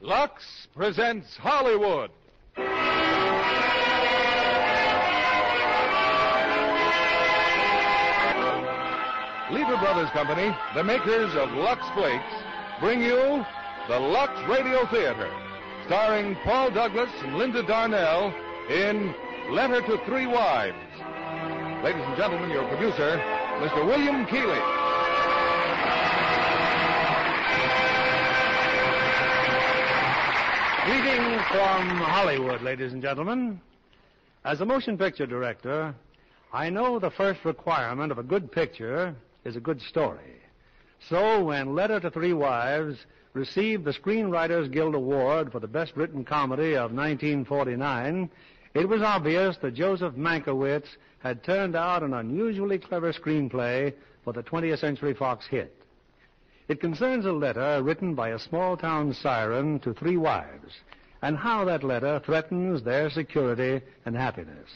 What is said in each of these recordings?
Lux presents Hollywood. Lever Brothers Company, the makers of Lux Flakes, bring you the Lux Radio Theater, starring Paul Douglas and Linda Darnell in Letter to Three Wives. Ladies and gentlemen, your producer, Mr. William Keeley. Greetings from Hollywood, ladies and gentlemen. As a motion picture director, I know the first requirement of a good picture is a good story. So when Letter to Three Wives received the Screenwriters Guild Award for the best written comedy of 1949, it was obvious that Joseph Mankiewicz had turned out an unusually clever screenplay for the 20th Century Fox hit. It concerns a letter written by a small town siren to three wives and how that letter threatens their security and happiness.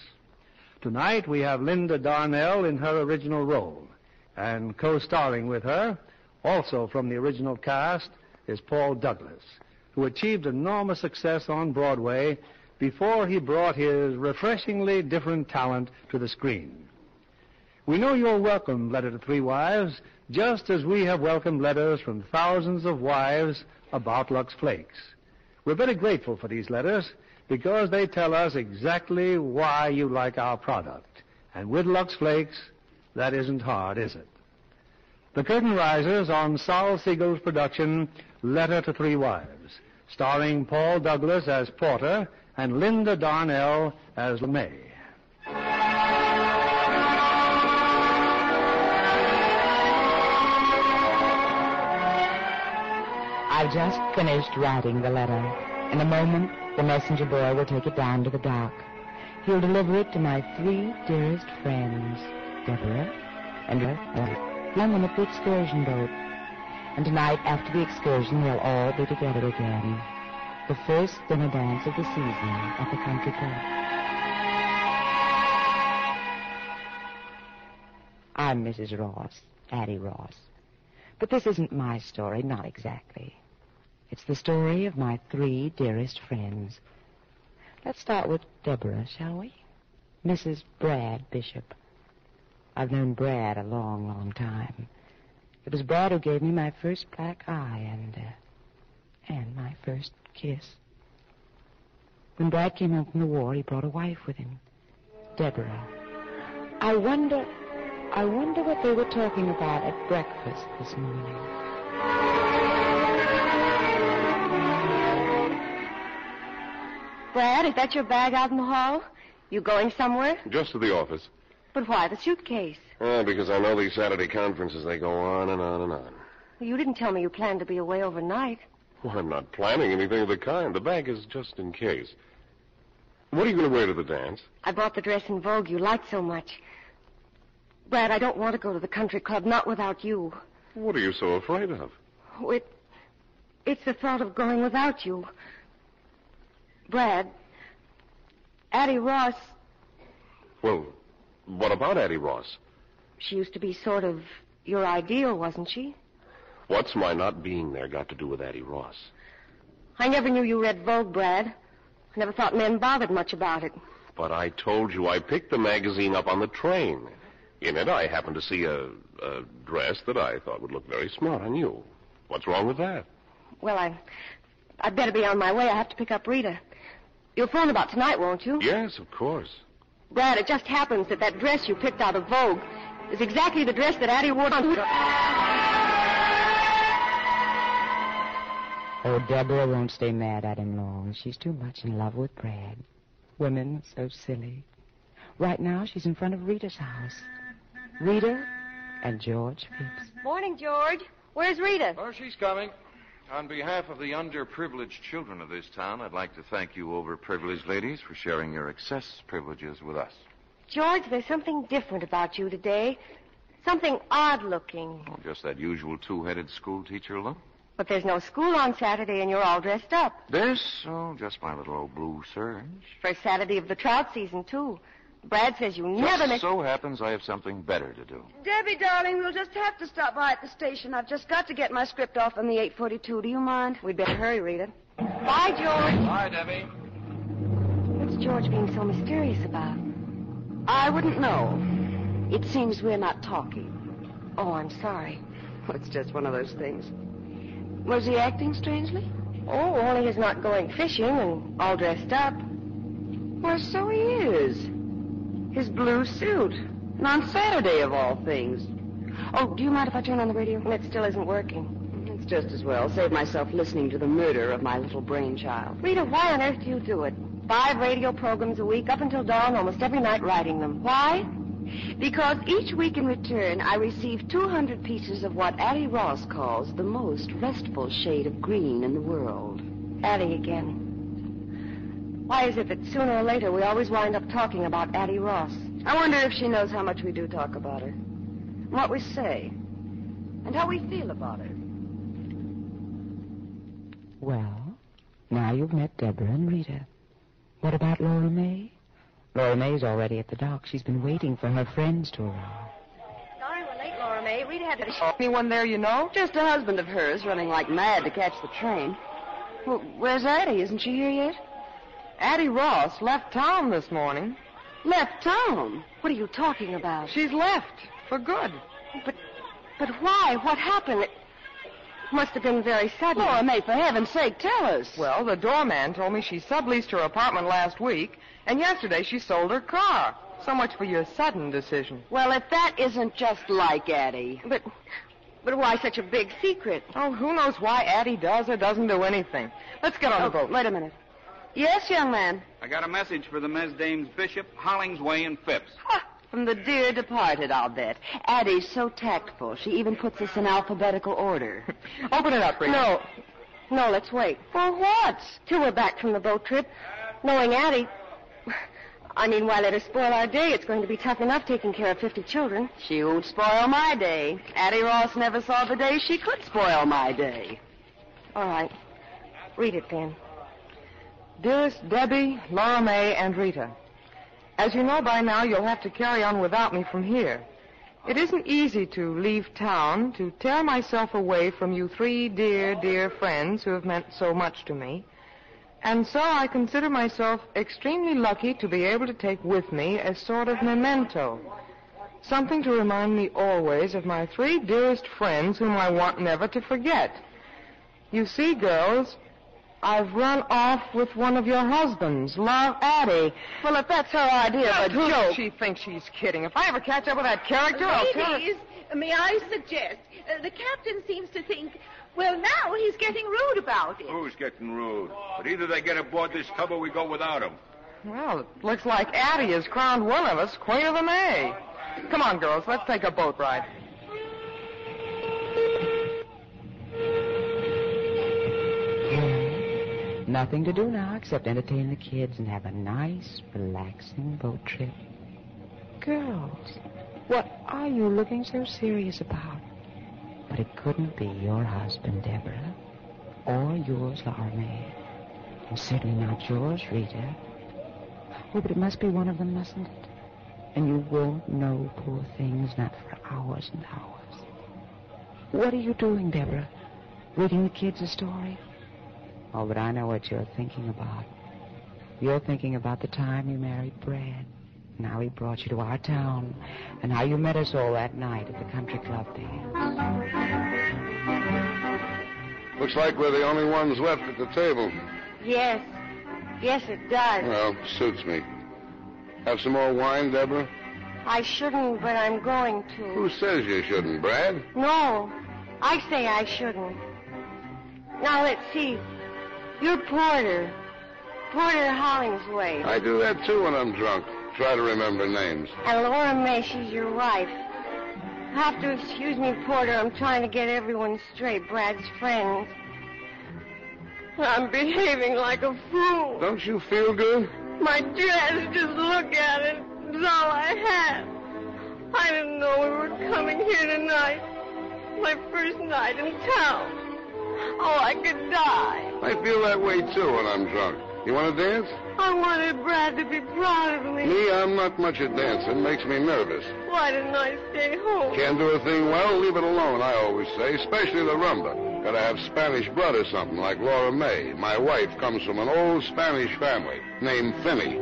Tonight we have Linda Darnell in her original role and co-starring with her, also from the original cast, is Paul Douglas, who achieved enormous success on Broadway before he brought his refreshingly different talent to the screen. We know you're welcome, Letter to Three Wives, just as we have welcomed letters from thousands of wives about Lux Flakes. We're very grateful for these letters because they tell us exactly why you like our product. And with Lux Flakes, that isn't hard, is it? The curtain rises on Sol Siegel's production, Letter to Three Wives, starring Paul Douglas as Porter and Linda Darnell as LeMay. I've just finished writing the letter. In a moment, the messenger boy will take it down to the dock. He'll deliver it to my three dearest friends, Deborah, and one on the excursion boat. And tonight, after the excursion, they'll all be together again. The first dinner dance of the season at the country club. I'm Mrs. Ross, Addie Ross. But this isn't my story, not exactly. It's the story of my three dearest friends. Let's start with Deborah, shall we? Mrs. Brad Bishop. I've known Brad a long, long time. It was Brad who gave me my first black eye and, uh, and my first kiss. When Brad came home from the war, he brought a wife with him, Deborah. I wonder, I wonder what they were talking about at breakfast this morning. Brad, is that your bag out in the hall? You going somewhere? Just to the office. But why the suitcase? Well, because I know these Saturday conferences, they go on and on and on. Well, you didn't tell me you planned to be away overnight. Well, I'm not planning anything of the kind. The bag is just in case. What are you going to wear to the dance? I bought the dress in Vogue you liked so much. Brad, I don't want to go to the country club, not without you. What are you so afraid of? Oh, it, it's the thought of going without you. Brad, Addie Ross, Well, what about Addie Ross? she used to be sort of your ideal, wasn't she? What's my not being there got to do with Addie Ross? I never knew you read Vogue, Brad. I never thought men bothered much about it. But I told you I picked the magazine up on the train. In it, I happened to see a, a dress that I thought would look very smart on you. What's wrong with that? Well, I, I'd better be on my way. I have to pick up Rita. You'll phone about tonight, won't you? Yes, of course. Brad, it just happens that that dress you picked out of Vogue is exactly the dress that Addie wore on Oh, Deborah won't stay mad at him long. She's too much in love with Brad. Women are so silly. Right now, she's in front of Rita's house. Rita and George Phipps. Morning, George. Where's Rita? Oh, she's coming. On behalf of the underprivileged children of this town, I'd like to thank you, overprivileged ladies, for sharing your excess privileges with us. George, there's something different about you today. Something odd looking. Well, just that usual two-headed schoolteacher look. But there's no school on Saturday and you're all dressed up. This, oh, just my little old blue serge. First Saturday of the trout season, too. Brad says you never make. so happens I have something better to do. Debbie, darling, we'll just have to stop by at the station. I've just got to get my script off on the 842. Do you mind? We'd better hurry, read it. Bye, George. Hi, Debbie. What's George being so mysterious about? I wouldn't know. It seems we're not talking. Oh, I'm sorry. Well, it's just one of those things. Was he acting strangely? Oh, only he's not going fishing and all dressed up. Well, so he is. His blue suit. And on Saturday, of all things. Oh, do you mind if I turn on the radio? It still isn't working. It's just as well. Save myself listening to the murder of my little brainchild. Rita, why on earth do you do it? Five radio programs a week, up until dawn, almost every night writing them. Why? Because each week in return, I receive 200 pieces of what Addie Ross calls the most restful shade of green in the world. Addie again. Why is it that sooner or later we always wind up talking about Addie Ross? I wonder if she knows how much we do talk about her, and what we say, and how we feel about her. Well, now you've met Deborah and Rita. What about Laura May? Laura May's already at the dock. She's been waiting for her friends to arrive. Sorry we're late, Laura May. Rita had to... Anyone there you know? Just a husband of hers running like mad to catch the train. Well, where's Addie? Isn't she here yet? Addie Ross left town this morning. Left town? What are you talking about? She's left. For good. But but why? What happened? It must have been very sudden. Laura May, for heaven's sake, tell us. Well, the doorman told me she subleased her apartment last week, and yesterday she sold her car. So much for your sudden decision. Well, if that isn't just like Addie. But but why such a big secret? Oh, who knows why Addie does or doesn't do anything. Let's get on the boat. Oh, Wait a minute. Yes, young man. I got a message for the Mesdames Bishop, Hollingsway, and Phipps. From the dear departed, I'll bet. Addie's so tactful. She even puts us in alphabetical order. Open it up, Rita. No. No, let's wait. For what? Till we're back from the boat trip. Knowing Addie. I mean, why let her spoil our day? It's going to be tough enough taking care of 50 children. She won't spoil my day. Addie Ross never saw the day she could spoil Oh, my day. All right. Read it then. Dearest Debbie, Laura May, and Rita, as you know by now, you'll have to carry on without me from here. It isn't easy to leave town, to tear myself away from you three dear, dear friends who have meant so much to me. And so I consider myself extremely lucky to be able to take with me a sort of memento. Something to remind me always of my three dearest friends whom I want never to forget. You see, girls, I've run off with one of your husbands, Love Addie. Well, if that's her idea What of a joke. She thinks she's kidding. If I ever catch up with that character, I'll tell her. Ladies, may I suggest? Uh, the captain seems to think, well, now he's getting rude about it. Who's getting rude? But either they get aboard this tub or we go without 'em. Well, it looks like Addie has crowned one of us Queen of the May. Come on, girls, let's take a boat ride. Nothing to do now except entertain the kids and have a nice, relaxing boat trip. Girls, what are you looking so serious about? But it couldn't be your husband, Deborah, or yours, Laura May, and certainly not yours, Rita. Oh, but it must be one of them, mustn't it? And you won't know, poor things, not for hours and hours. What are you doing, Deborah? Reading the kids a story? Oh, but I know what you're thinking about. You're thinking about the time you married Brad, and how he brought you to our town, and how you met us all that night at the country club there. Looks like we're the only ones left at the table. Yes. Yes, it does. Well, suits me. Have some more wine, Deborah? I shouldn't, but I'm going to. Who says you shouldn't, Brad? No, I say I shouldn't. Now let's see. You're Porter. Porter Hollingsway. I do that too when I'm drunk. Try to remember names. And Laura May, she's your wife. Have to excuse me, Porter. I'm trying to get everyone straight, Brad's friends. I'm behaving like a fool. Don't you feel good? My dress, just look at it. It's all I had. I didn't know we were coming here tonight. My first night in town. Oh, I could die. I feel that way too when I'm drunk. You want to dance? I wanted Brad to be proud of me. Me, um, I'm not much at dancing. Makes me nervous. Why didn't I stay home? Can't do a thing well, leave it alone, I always say, especially the rumba. Gotta have Spanish blood or something, like Laura May. My wife comes from an old Spanish family named Finney.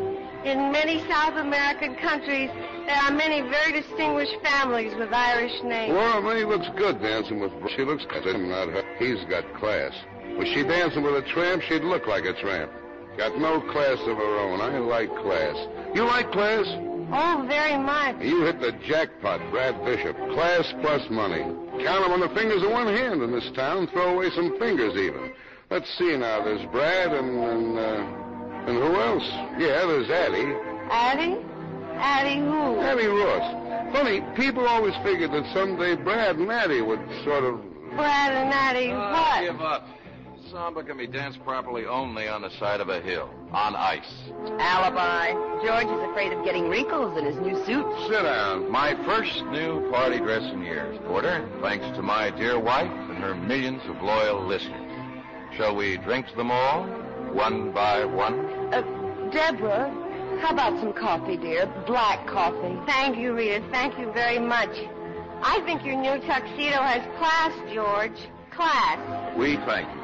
In many South American countries, there are many very distinguished families with Irish names. Laura May looks good dancing with. She looks good, not her. He's got class. Was she dancing with a tramp, she'd look like a tramp. Got no class of her own. I like class. You like class? Oh, very much. You hit the jackpot, Brad Bishop. Class plus money. Count 'em on the fingers of one hand in this town. Throw away some fingers even. Let's see now. There's Brad and and, uh, and who else? Yeah, there's Addie. Addie? Addie who? Addie Ross. Funny, people always figured that someday Brad and Addie would sort of. Brad and Addie Ah, what? give up. Samba can be danced properly only on the side of a hill, on ice. Alibi. George is afraid of getting wrinkles in his new suit. Sit down. My first new party dress in years, Porter, thanks to my dear wife and her millions of loyal listeners. Shall we drink to them all, one by one? Uh, Deborah, how about some coffee, dear? Black coffee. Thank you, Rita. Thank you very much. I think your new tuxedo has class, George. Class. We thank you.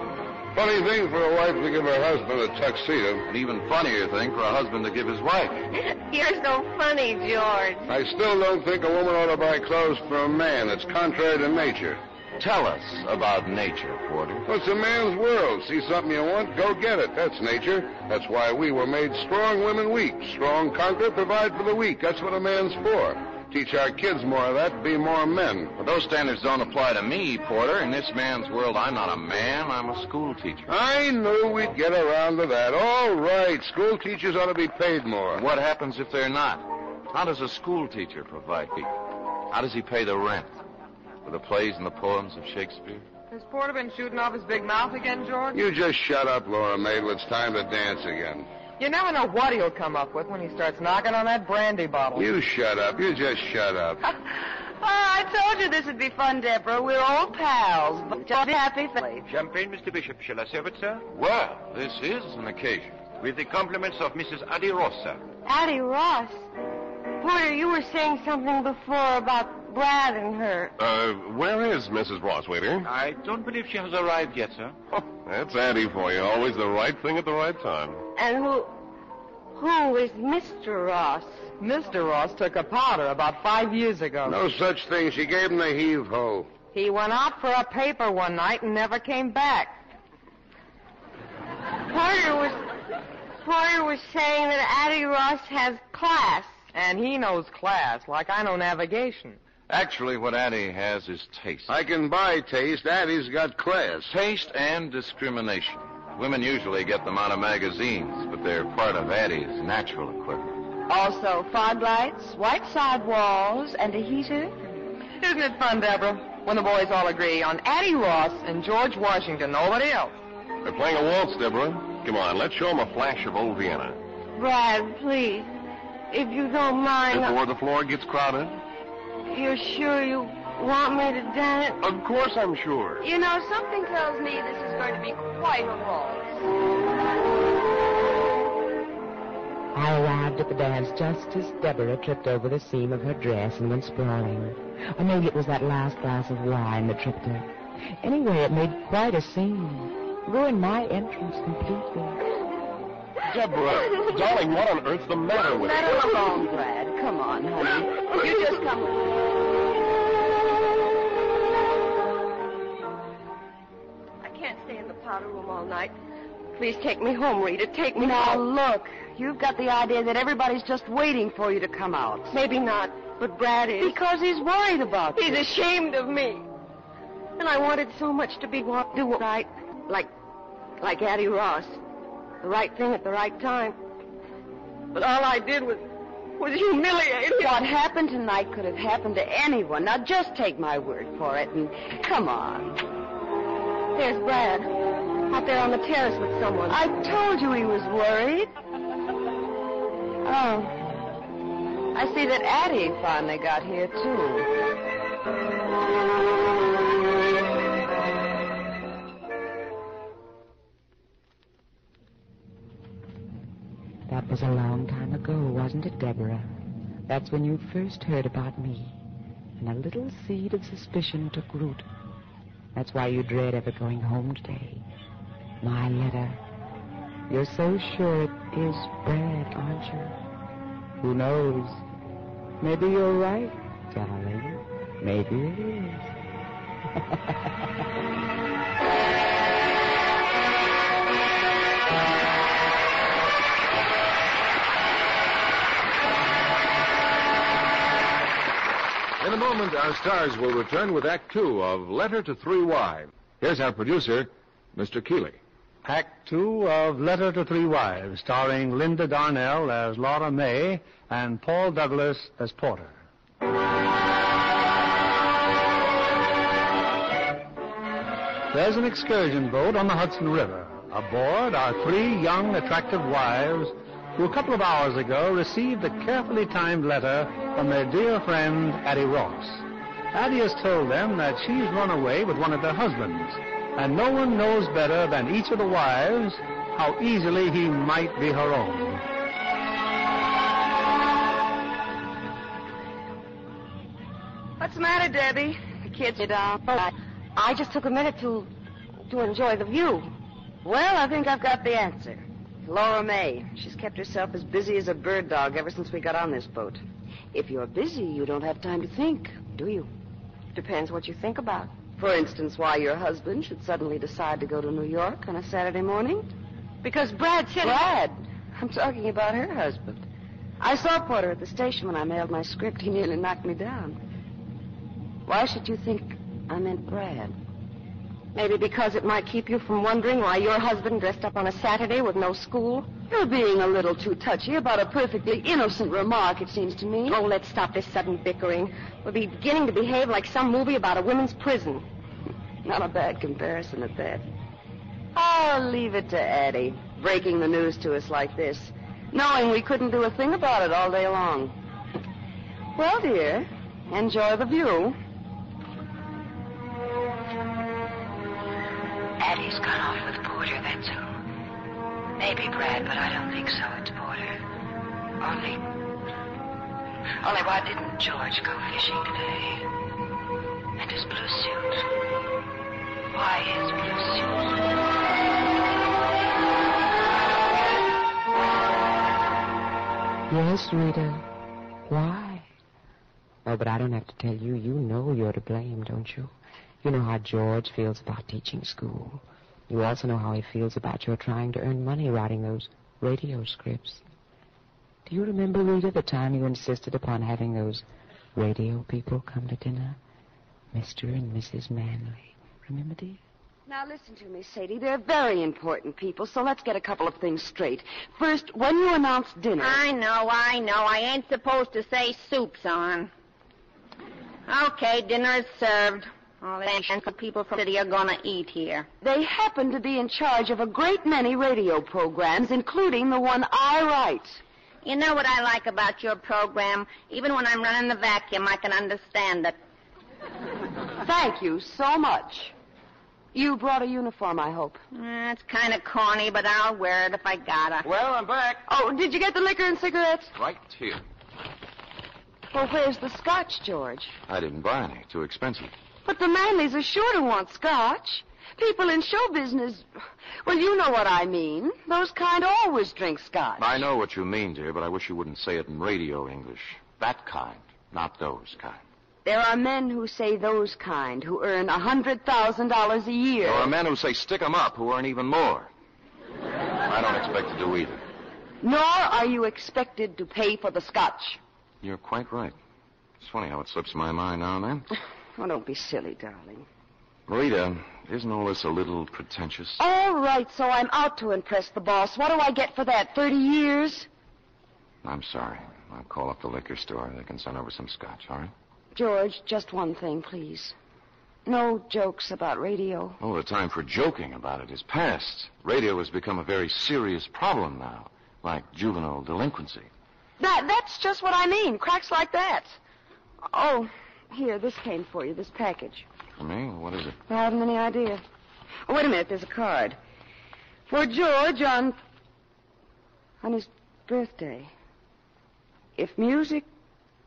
Funny thing for a wife to give her husband a tuxedo. An even funnier thing for a husband to give his wife. You're so funny, George. I still don't think a woman ought to buy clothes for a man. It's contrary to nature. Tell us about nature, Porter. Well, it's a man's world. See something you want, go get it. That's nature. That's why we were made strong women weak. Strong conquer, provide for the weak. That's what a man's for. Teach our kids more of that, be more men. But those standards don't apply to me, Porter. In this man's world, I'm not a man, I'm a school teacher. I knew we'd get around to that. All right, school teachers ought to be paid more. What happens if they're not? How does a school teacher provide people? How does he pay the rent? For the plays and the poems of Shakespeare? Has Porter been shooting off his big mouth again, George? You just shut up, Laura Mabel. It's time to dance again. You never know what he'll come up with when he starts knocking on that brandy bottle. You shut up. You just shut up. Oh, I told you this would be fun, Deborah. We're old pals. But just happy family. Champagne, Mr. Bishop. Shall I serve it, sir? Well, this is an occasion. With the compliments of Mrs. Addie Ross, sir. Addie Ross. Porter, you were saying something before about Brad and her. Uh, where is Mrs. Ross, waiter? I don't believe she has arrived yet, sir. That's Addie for you. Always the right thing at the right time. And who who is Mr. Ross? Mr. Ross took a powder about five years ago. No such thing. She gave him the heave ho. He went out for a paper one night and never came back. Porter was Porter was saying that Addie Ross has class. And he knows class, like I know navigation. Actually, what Addie has is taste. I can buy taste. Addie's got class. Taste and discrimination. Women usually get them out of magazines, but they're part of Addie's natural equipment. Also, fog lights, white side walls, and a heater. Isn't it fun, Deborah? When the boys all agree on Addie Ross and George Washington, nobody else. They're playing a waltz, Deborah. Come on, let's show them a flash of old Vienna. Brad, please. If you don't mind, Before the floor gets crowded. you're sure you want me to dance? Of course I'm sure. You know, something tells me this is going to be quite a waltz. I arrived at the dance just as Deborah tripped over the seam of her dress and went sprawling. Or maybe it was that last glass of wine that tripped her. Anyway, it made quite a scene. Ruined my entrance completely. Deborah, darling, what on earth's the matter with Let you? her alone, Brad. Come on, honey. You just come. I can't stay in the powder room all night. Please take me home, Rita. Take me Now, home. look, you've got the idea that everybody's just waiting for you to come out. Maybe not. But Brad is. Because he's worried about He's you. ashamed of me. And I wanted so much to be what do what I like like Addie Ross. The right thing at the right time. But all I did was was humiliate him. What happened tonight could have happened to anyone. Now just take my word for it and come on. There's Brad. Out there on the terrace with someone. I told you he was worried. Oh. I see that Addie finally got here too. That was a long time ago, wasn't it, Deborah? That's when you first heard about me. And a little seed of suspicion took root. That's why you dread ever going home today. My letter. You're so sure it is Brad, aren't you? Who knows? Maybe you're right, darling. Maybe it is. In a moment, our stars will return with Act Two of Letter to Three Wives. Here's our producer, Mr. Keeley. Act two of Letter to Three Wives, starring Linda Darnell as Laura May and Paul Douglas as Porter. There's an excursion boat on the Hudson River. Aboard are three young, attractive wives who a couple of hours ago received a carefully timed letter from their dear friend, Addie Ross. Addie has told them that she's run away with one of their husbands, and no one knows better than each of the wives how easily he might be her own. What's the matter, Debbie? The kids are down. Oh, I, I just took a minute to to enjoy the view. Well, I think I've got the answer. Laura May. She's kept herself as busy as a bird dog ever since we got on this boat. If you're busy, you don't have time to think, do you? Depends what you think about. For instance, why your husband should suddenly decide to go to New York on a Saturday morning? Because Brad said. Brad! I'm talking about her husband. I saw Porter at the station when I mailed my script. He nearly knocked me down. Why should you think I meant Brad? Maybe because it might keep you from wondering why your husband dressed up on a Saturday with no school. You're being a little too touchy about a perfectly innocent remark, it seems to me. Oh, let's stop this sudden bickering. We'll be beginning to behave like some movie about a women's prison. Not a bad comparison at that. I'll leave it to Addie, breaking the news to us like this, knowing we couldn't do a thing about it all day long. Well, dear, enjoy the view. Addie's gone off with Porter, that's who. Maybe Brad, but I don't think so. It's Porter. Only. Only why didn't George go fishing today? And his blue suit. Why his blue suit? Yes, Rita. Why? Oh, but I don't have to tell you. You know you're to blame, don't you? You know how George feels about teaching school. You also know how he feels about your trying to earn money writing those radio scripts. Do you remember, Rita, the time you insisted upon having those radio people come to dinner? Mr. and Mrs. Manley. Remember, dear? Now listen to me, Sadie. They're very important people, so let's get a couple of things straight. First, when you announce dinner. I know, I know. I ain't supposed to say soup's on. Okay, dinner is served. All the ancient people from the city are gonna eat here. They happen to be in charge of a great many radio programs, including the one I write. You know what I like about your program? Even when I'm running the vacuum, I can understand it. Thank you so much. You brought a uniform, I hope. Mm, it's kind of corny, but I'll wear it if I gotta. Well, I'm back. Oh, did you get the liquor and cigarettes? Right here. Well, where's the scotch, George? I didn't buy any. Too expensive. But the Manleys are sure to want scotch. People in show business, well, you know what I mean. Those kind always drink scotch. I know what you mean, dear, but I wish you wouldn't say it in radio English. That kind, not those kind. There are men who say those kind who earn a hundred thousand dollars a year. There are men who say stick 'em up who earn even more. I don't expect to do either. Nor are you expected to pay for the scotch. You're quite right. It's funny how it slips my mind now and then. Oh, don't be silly, darling. Rita, isn't all this a little pretentious? All right, so I'm out to impress the boss. What do I get for that? Thirty years? I'm sorry. I'll call up the liquor store. They can send over some scotch, all right? George, just one thing, please. No jokes about radio. Oh, the time for joking about it is past. Radio has become a very serious problem now, like juvenile delinquency. That that's just what I mean. Cracks like that. Oh, here, this came for you, this package. For me? What is it? I haven't any idea. Oh, wait a minute, there's a card. For George on on his birthday. If music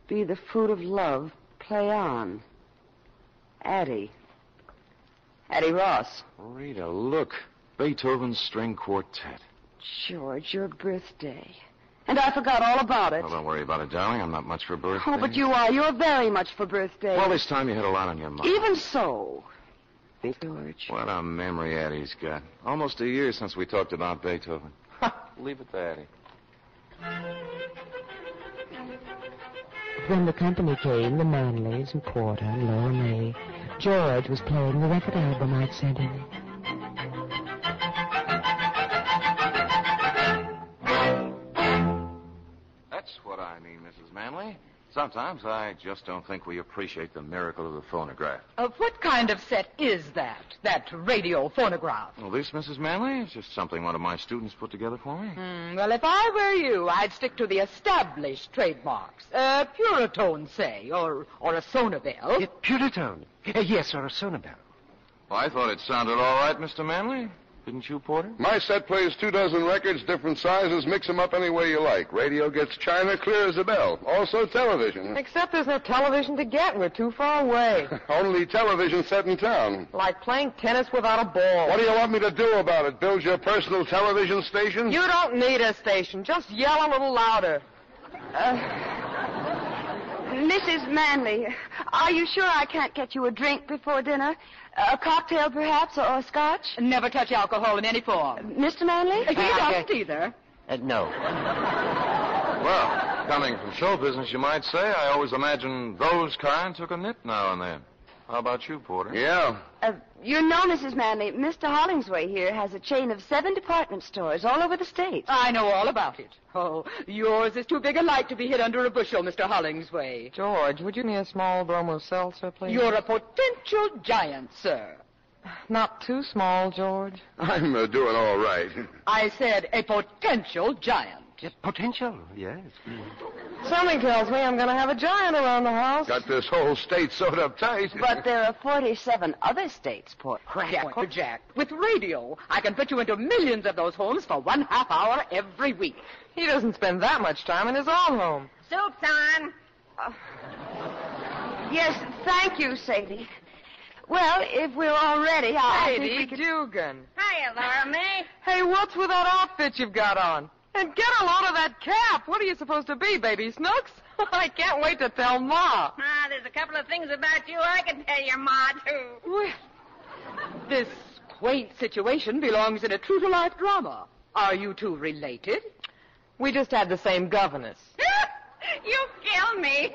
be the fruit of love, play on. Addie. Addie Ross. Rita, look. Beethoven's string quartet. George, your birthday. And I forgot all about it. Well, don't worry about it, darling. I'm not much for birthdays. Oh, but you are. You're very much for birthdays. Well, this time you had a lot on your mind. Even so. George. What a memory Addie's got. Almost a year since we talked about Beethoven. Leave it to Addie. When the company came, the Manleys and Porter and Laura May, George was playing the record album I'd sent him. That's what I mean, Mrs. Manley. Sometimes I just don't think we appreciate the miracle of the phonograph. Uh, what kind of set is that? That radio phonograph? Well, this, Mrs. Manley, is just something one of my students put together for me. Hmm, well, if I were you, I'd stick to the established trademarks. A Puritone, say, or, or a Sonabel. Puritone. Uh, yes, or a sonobel. Well, I thought it sounded all right, Mr. Manley. Didn't you, Porter? My set plays two dozen records, different sizes. Mix 'em up any way you like. Radio gets China clear as a bell. Also television. Except there's no television to get. We're too far away. Only television set in town. like playing tennis without a ball. What do you want me to do about it? Build your personal television station? You don't need a station. Just yell a little louder. Mrs. Uh, Manley, are you sure I can't get you a drink before dinner? A cocktail, perhaps, or a scotch? Never touch alcohol in any form. Mr. Manley? He doesn't either. Uh, no. well, coming from show business, you might say, I always imagined those kind took a nip now and then. How about you, Porter? Yeah. Uh, you know, Mrs. Manley, Mr. Hollingsway here has a chain of seven department stores all over the state. I know all about it. Oh, yours is too big a light to be hid under a bushel, Mr. Hollingsway. George, would you need a small bromo seltzer, please? You're a potential giant, sir. Not too small, George. I'm uh, doing all right. I said a potential giant. potential, yes. Something tells me I'm going to have a giant around the house. Got this whole state sewed up tight. But there are 47 other states, Port. Jack, Uncle Jack, with radio, I can put you into millions of those homes for one half hour every week. He doesn't spend that much time in his own home. Soup's on. Yes, thank you, Sadie. Well, if we're all ready, I, I think Sadie we could... Dugan. Hiya, Laura May. Hey, what's with that outfit you've got on? And get a load of that cap. What are you supposed to be, baby Snooks? I can't wait to tell Ma. Ah, there's a couple of things about you I can tell your ma, too. Well, this quaint situation belongs in a true-to-life drama. Are you two related? We just had the same governess. you kill me.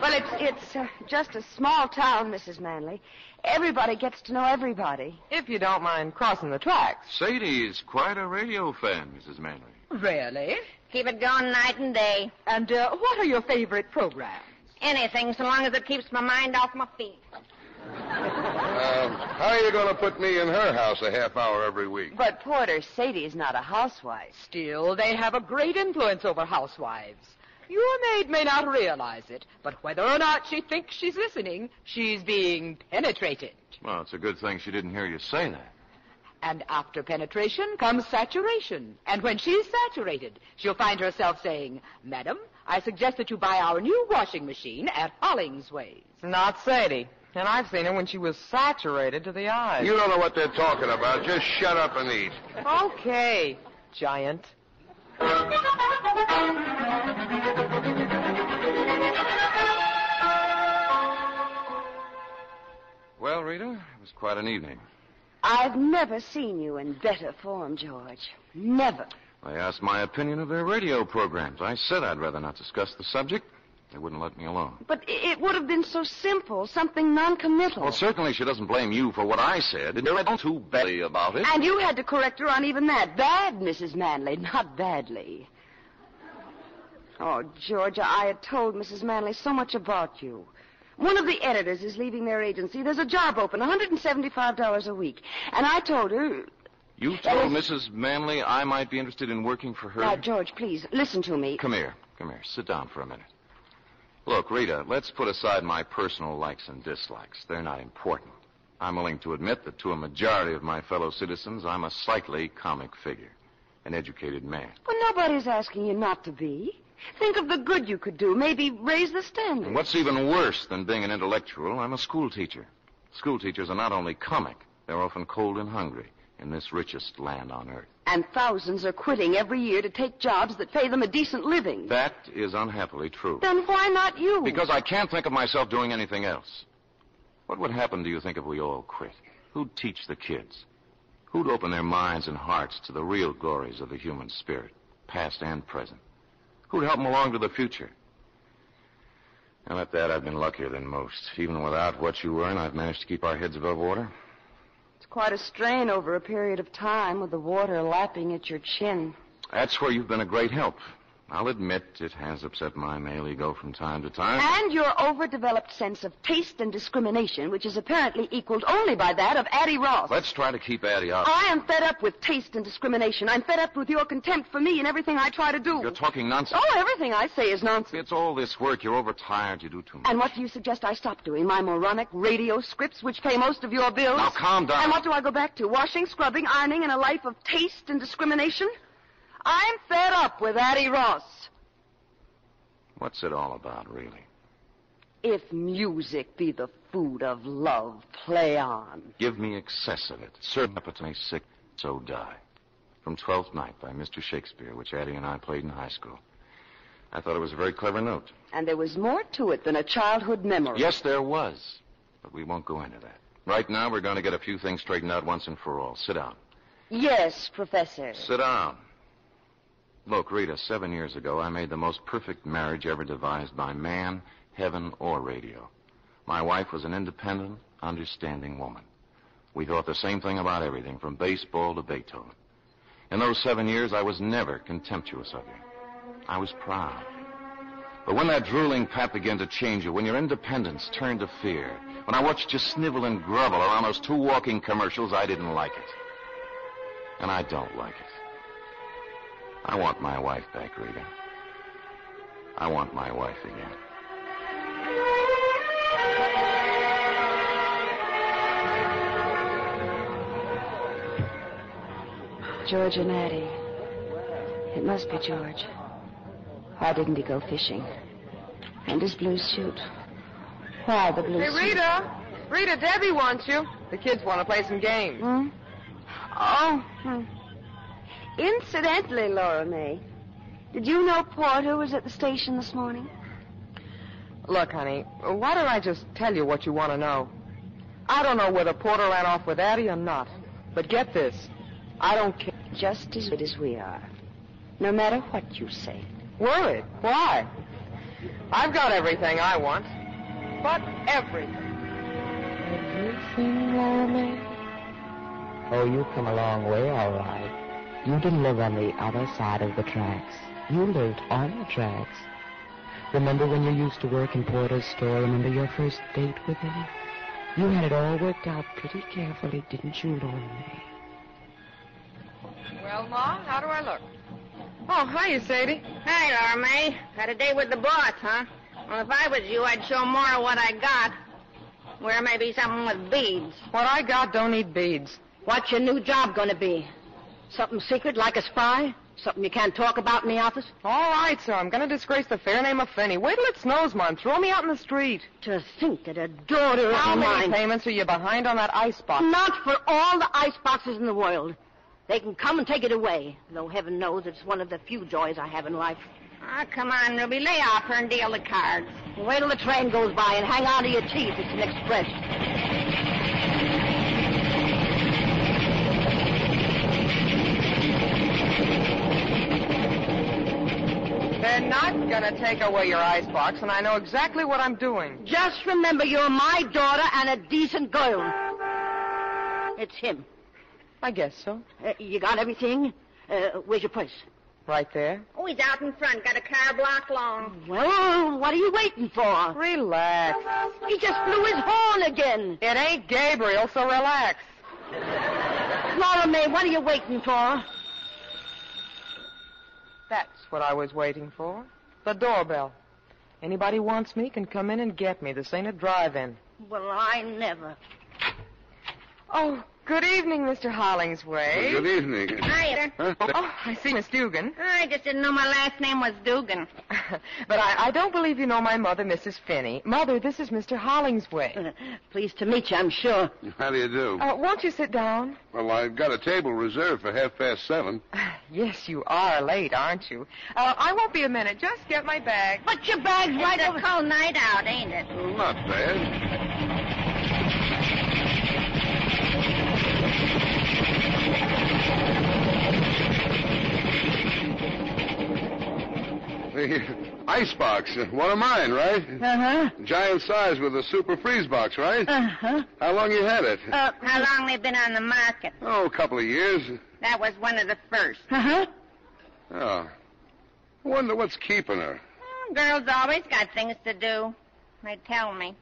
Well, it's, it's uh, just a small town, Mrs. Manley. Everybody gets to know everybody. If you don't mind crossing the tracks. Sadie is quite a radio fan, Mrs. Manley. Really? Keep it going night and day. And uh, what are your favorite programs? Anything, so long as it keeps my mind off my feet. Um, how are you going to put me in her house a half hour every week? But Porter, Sadie's not a housewife. Still, they have a great influence over housewives. Your maid may not realize it, but whether or not she thinks she's listening, she's being penetrated. Well, it's a good thing she didn't hear you say that. And after penetration comes saturation. And when she's saturated, she'll find herself saying, Madam, I suggest that you buy our new washing machine at Hollingsway's. Not Sadie. And I've seen her when she was saturated to the eyes. You don't know what they're talking about. Just shut up and eat. Okay, giant. Well, Rita, it was quite an evening. I've never seen you in better form, George. Never. They asked my opinion of their radio programs. I said I'd rather not discuss the subject. They wouldn't let me alone. But i- it would have been so simple, something noncommittal. Well, certainly she doesn't blame you for what I said. You're all too badly about it. And you had to correct her on even that. Bad, Mrs. Manley, not badly. Oh, Georgia, I had told Mrs. Manley so much about you. One of the editors is leaving their agency. There's a job open, $175 a week. And I told her. You told Mrs. Manley I might be interested in working for her. Now, George, please, listen to me. Come here. Come here. Sit down for a minute. Look, Rita, let's put aside my personal likes and dislikes. They're not important. I'm willing to admit that to a majority of my fellow citizens, I'm a slightly comic figure. an educated man. Well, nobody's asking you not to be. Think of the good you could do. Maybe raise the standard. And what's even worse than being an intellectual, I'm a school teacher. School teachers are not only comic, they're often cold and hungry in this richest land on earth. And thousands are quitting every year to take jobs that pay them a decent living. That is unhappily true. Then why not you? Because I can't think of myself doing anything else. What would happen, do you think, if we all quit? Who'd teach the kids? Who'd open their minds and hearts to the real glories of the human spirit, past and present? Who'd help them along to the future? And at that, I've been luckier than most. Even without what you earn, I've managed to keep our heads above water. It's quite a strain over a period of time with the water lapping at your chin. That's where you've been a great help. I'll admit it has upset my male ego from time to time. And your overdeveloped sense of taste and discrimination, which is apparently equaled only by that of Addie Ross. Let's try to keep Addie out. I am fed up with taste and discrimination. I'm fed up with your contempt for me and everything I try to do. You're talking nonsense. Oh, everything I say is nonsense. It's all this work. You're overtired. You do too much. And what do you suggest I stop doing? My moronic radio scripts, which pay most of your bills? Now calm down. And what do I go back to? Washing, scrubbing, ironing, and a life of taste and discrimination? I'm fed up with Addie Ross. What's it all about, really? If music be the food of love, play on. Give me excess of it. Serve up to me sick, so die. From Twelfth Night by Mr. Shakespeare, which Addie and I played in high school. I thought it was a very clever note. And there was more to it than a childhood memory. Yes, there was. But we won't go into that. Right now, we're going to get a few things straightened out once and for all. Sit down. Yes, Professor. Sit down. Look, Rita, seven years ago, I made the most perfect marriage ever devised by man, heaven, or radio. My wife was an independent, understanding woman. We thought the same thing about everything, from baseball to Beethoven. In those seven years, I was never contemptuous of you. I was proud. But when that drooling pap began to change you, when your independence turned to fear, when I watched you snivel and grovel around those two walking commercials, I didn't like it. And I don't like it. I want my wife back, Rita. I want my wife again. George and Addie. It must be George. Why didn't he go fishing? And his blue suit. Why the blue Hey, suit? Rita. Rita, Debbie wants you. The kids want to play some games. Hmm? Oh. hmm. Incidentally, Laura May, did you know Porter was at the station this morning? Look, honey, why don't I just tell you what you want to know? I don't know whether Porter ran off with Addie or not, but get this. I don't care. Just as good as we are. No matter what you say. Worried? Why? I've got everything I want. But everything. Everything, Laura May? Oh, you come a long way, all right. You didn't live on the other side of the tracks. You lived on the tracks. Remember when you used to work in Porter's store? Remember your first date with him? You had it all worked out pretty carefully, didn't you, Laura May? Well, Ma, how do I look? Oh, hiya, Sadie. Hey, Laura May. Had a date with the boss, huh? Well, if I was you, I'd show more of what I got. Wear maybe something with beads. What I got don't need beads. What's your new job going to be? Something secret like a spy? Something you can't talk about in the office? All right, sir. I'm going to disgrace the fair name of Finney. Wait till it snows, Mom. Throw me out in the street. To think that a daughter of How many mine- payments are you behind on that icebox? Not for all the ice boxes in the world. They can come and take it away, though heaven knows it's one of the few joys I have in life. Ah, come on, Ruby. Lay off her and deal the cards. Wait till the train goes by and hang on to your teeth. It's an express. They're not going to take away your icebox, and I know exactly what I'm doing. Just remember you're my daughter and a decent girl. It's him. I guess so. Uh, you got everything? Uh, where's your purse? Right there. Oh, he's out in front. Got a car block long. Well, what are you waiting for? Relax. Uh, He just blew his horn again. It ain't Gabriel, so relax. Laura May, what are you waiting for? That's what I was waiting for. The doorbell. Anybody wants me can come in and get me. This ain't a drive-in. Well, I never. Oh, Good evening, Mr. Hollingsway. Good evening. Hiya. Huh? Oh, I see, Miss Dugan. I just didn't know my last name was Dugan. But I, I don't believe you know my mother, Mrs. Finney. Mother, this is Mr. Hollingsway. Uh, Pleased to meet you, I'm sure. How do you do? Uh, won't you sit down? Well, I've got a table reserved for half past seven. Yes, you are late, aren't you? Uh, I won't be a minute. Just get my bag. But your bag's right It's a cold night out, ain't it? Uh-huh. Not bad. The icebox. One of mine, right? Uh-huh. Giant size with a super freeze box, right? Uh-huh. How long you had it? Uh, How long they been on the market? oh, a couple of years. That was one of the first. Uh-huh. Oh. Wonder what's keeping her. Girls always got things to do. They tell me.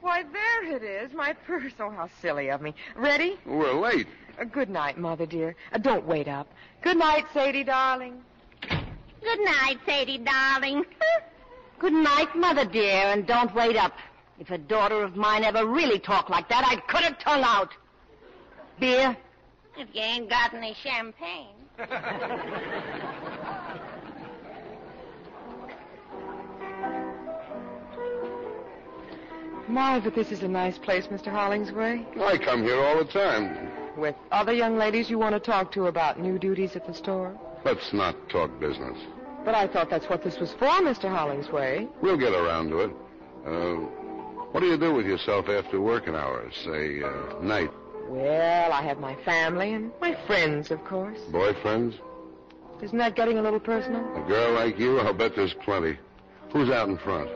Why, there it is, my purse. Oh, how silly of me. Ready? We're late. Uh, good night, Mother, dear. Uh, don't wait up. Good night, Sadie, darling. Good night, Sadie, darling. Good night, Mother dear, and don't wait up. If a daughter of mine ever really talked like that, I'd cut her tongue out. Beer? If you ain't got any champagne. My, but this is a nice place, Mr. Hollingsway. I come here all the time. With other young ladies you want to talk to about new duties at the store. Let's not talk business. But I thought that's what this was for, Mr. Hollingsway. We'll get around to it. Uh, what do you do with yourself after working hours, say, uh, night? Well, I have my family and my friends, of course. Boyfriends? Isn't that getting a little personal? A girl like you? I'll bet there's plenty. Who's out in front?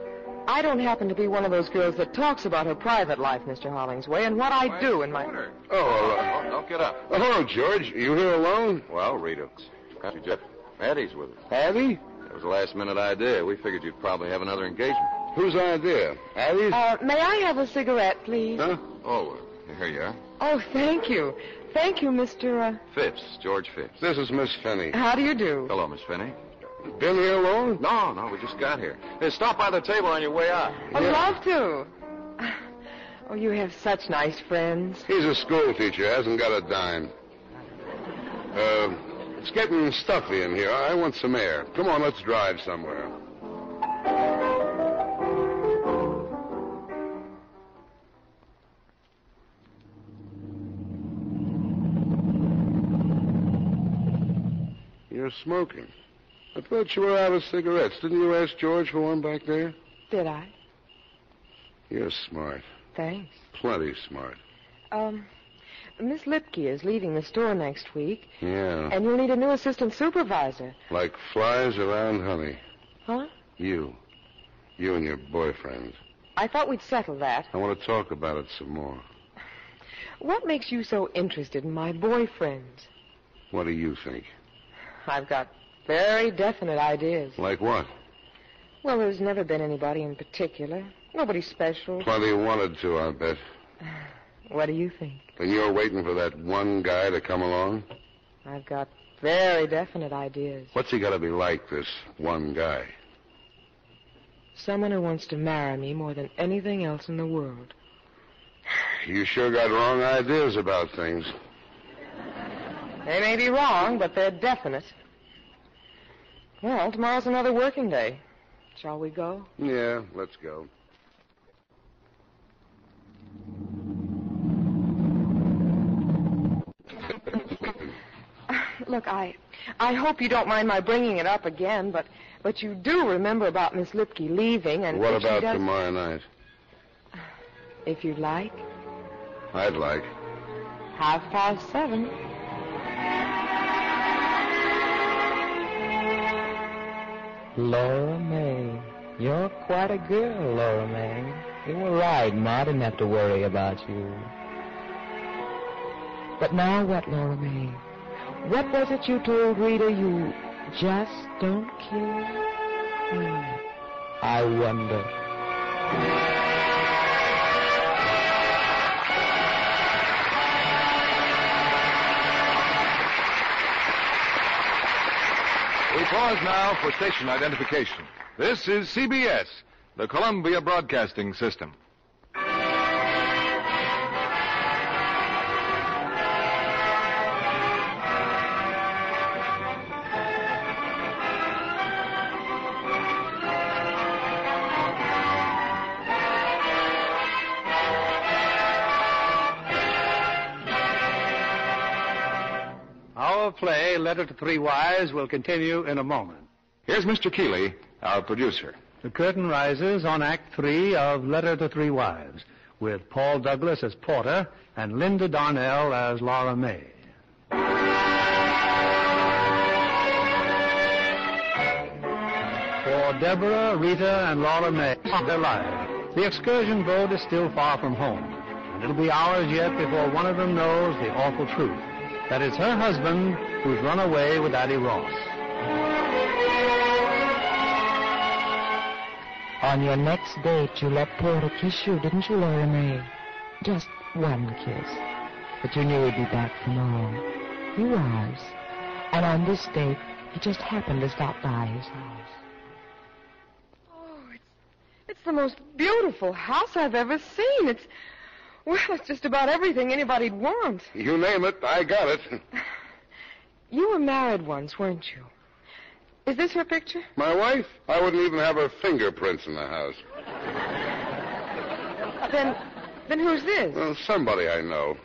I don't happen to be one of those girls that talks about her private life, Mr. Hollingsway, and what I do in my. Oh, hello. Oh, don't get up. Oh, hello, George. You here alone? Well, Rita, country Jeff. Maddie's with us. Abby? That was the last minute idea. We figured you'd probably have another engagement. Whose idea? Abby's? Uh, may I have a cigarette, please? Huh? Oh, uh, here you are. Oh, thank you. Thank you, Mr. Uh, Phipps, George Phipps. This is Miss Finney. how do you do? Hello, Miss Finney. Been here alone? No, no, we just got here. Hey, stop by the table on your way out. I'd love to. Oh, you have such nice friends. He's a school teacher, hasn't got a dime. Uh, it's getting stuffy in here. I want some air. Come on, let's drive somewhere. You're smoking. I thought you were out of cigarettes. Didn't you ask George for one back there? Did I? You're smart. Thanks. Plenty smart. Um, Miss Lipke is leaving the store next week, Yeah. and you'll need a new assistant supervisor. Like flies around honey. Huh? You. You and your boyfriend. I thought we'd settle that. I want to talk about it some more. What makes you so interested in my boyfriends? What do you think? I've got very definite ideas. Like what? Well, there's never been anybody in particular. Nobody special. Plenty wanted to, I bet. What do you think? And you're waiting for that one guy to come along? I've got very definite ideas. What's he got to be like, this one guy? Someone who wants to marry me more than anything else in the world. You sure got wrong ideas about things. They may be wrong, but they're definite. Well, tomorrow's another working day. Shall we go? Yeah, let's go. Look, I, I hope you don't mind my bringing it up again, but, but you do remember about Miss Lipke leaving, and what if she about does- tomorrow night? If you like, I'd like. half past seven. Laura May. You're quite a girl, Laura May. You were right, Ma. I didn't have to worry about you. But now what, Laura May? What was it you told Rita you just don't care? Hmm. I wonder. We pause now for station identification. This is CBS, the Columbia Broadcasting System. play, Letter to Three Wires, will continue in a moment. Here's Mr. Keeley, our producer. The curtain rises on Act Three of Letter to Three Wives, with Paul Douglas as Porter and Linda Darnell as Laura May. For Deborah, Rita, and Laura May, they're live. The excursion boat is still far from home, and it'll be hours yet before one of them knows the awful truth that it's her husband who's run away with Addie Ross. On your next date, you let Porter kiss you, didn't you, Laura May? Just one kiss. But you knew he'd be back tomorrow. He was. And on this date, he just happened to stop by his house. It's the most beautiful house I've ever seen. It's, well, it's just about everything anybody'd want. You name it, I got it. You were married once, weren't you? Is this her picture? My wife? I wouldn't even have her fingerprints in the house. Then, then who's this? Well, somebody I know.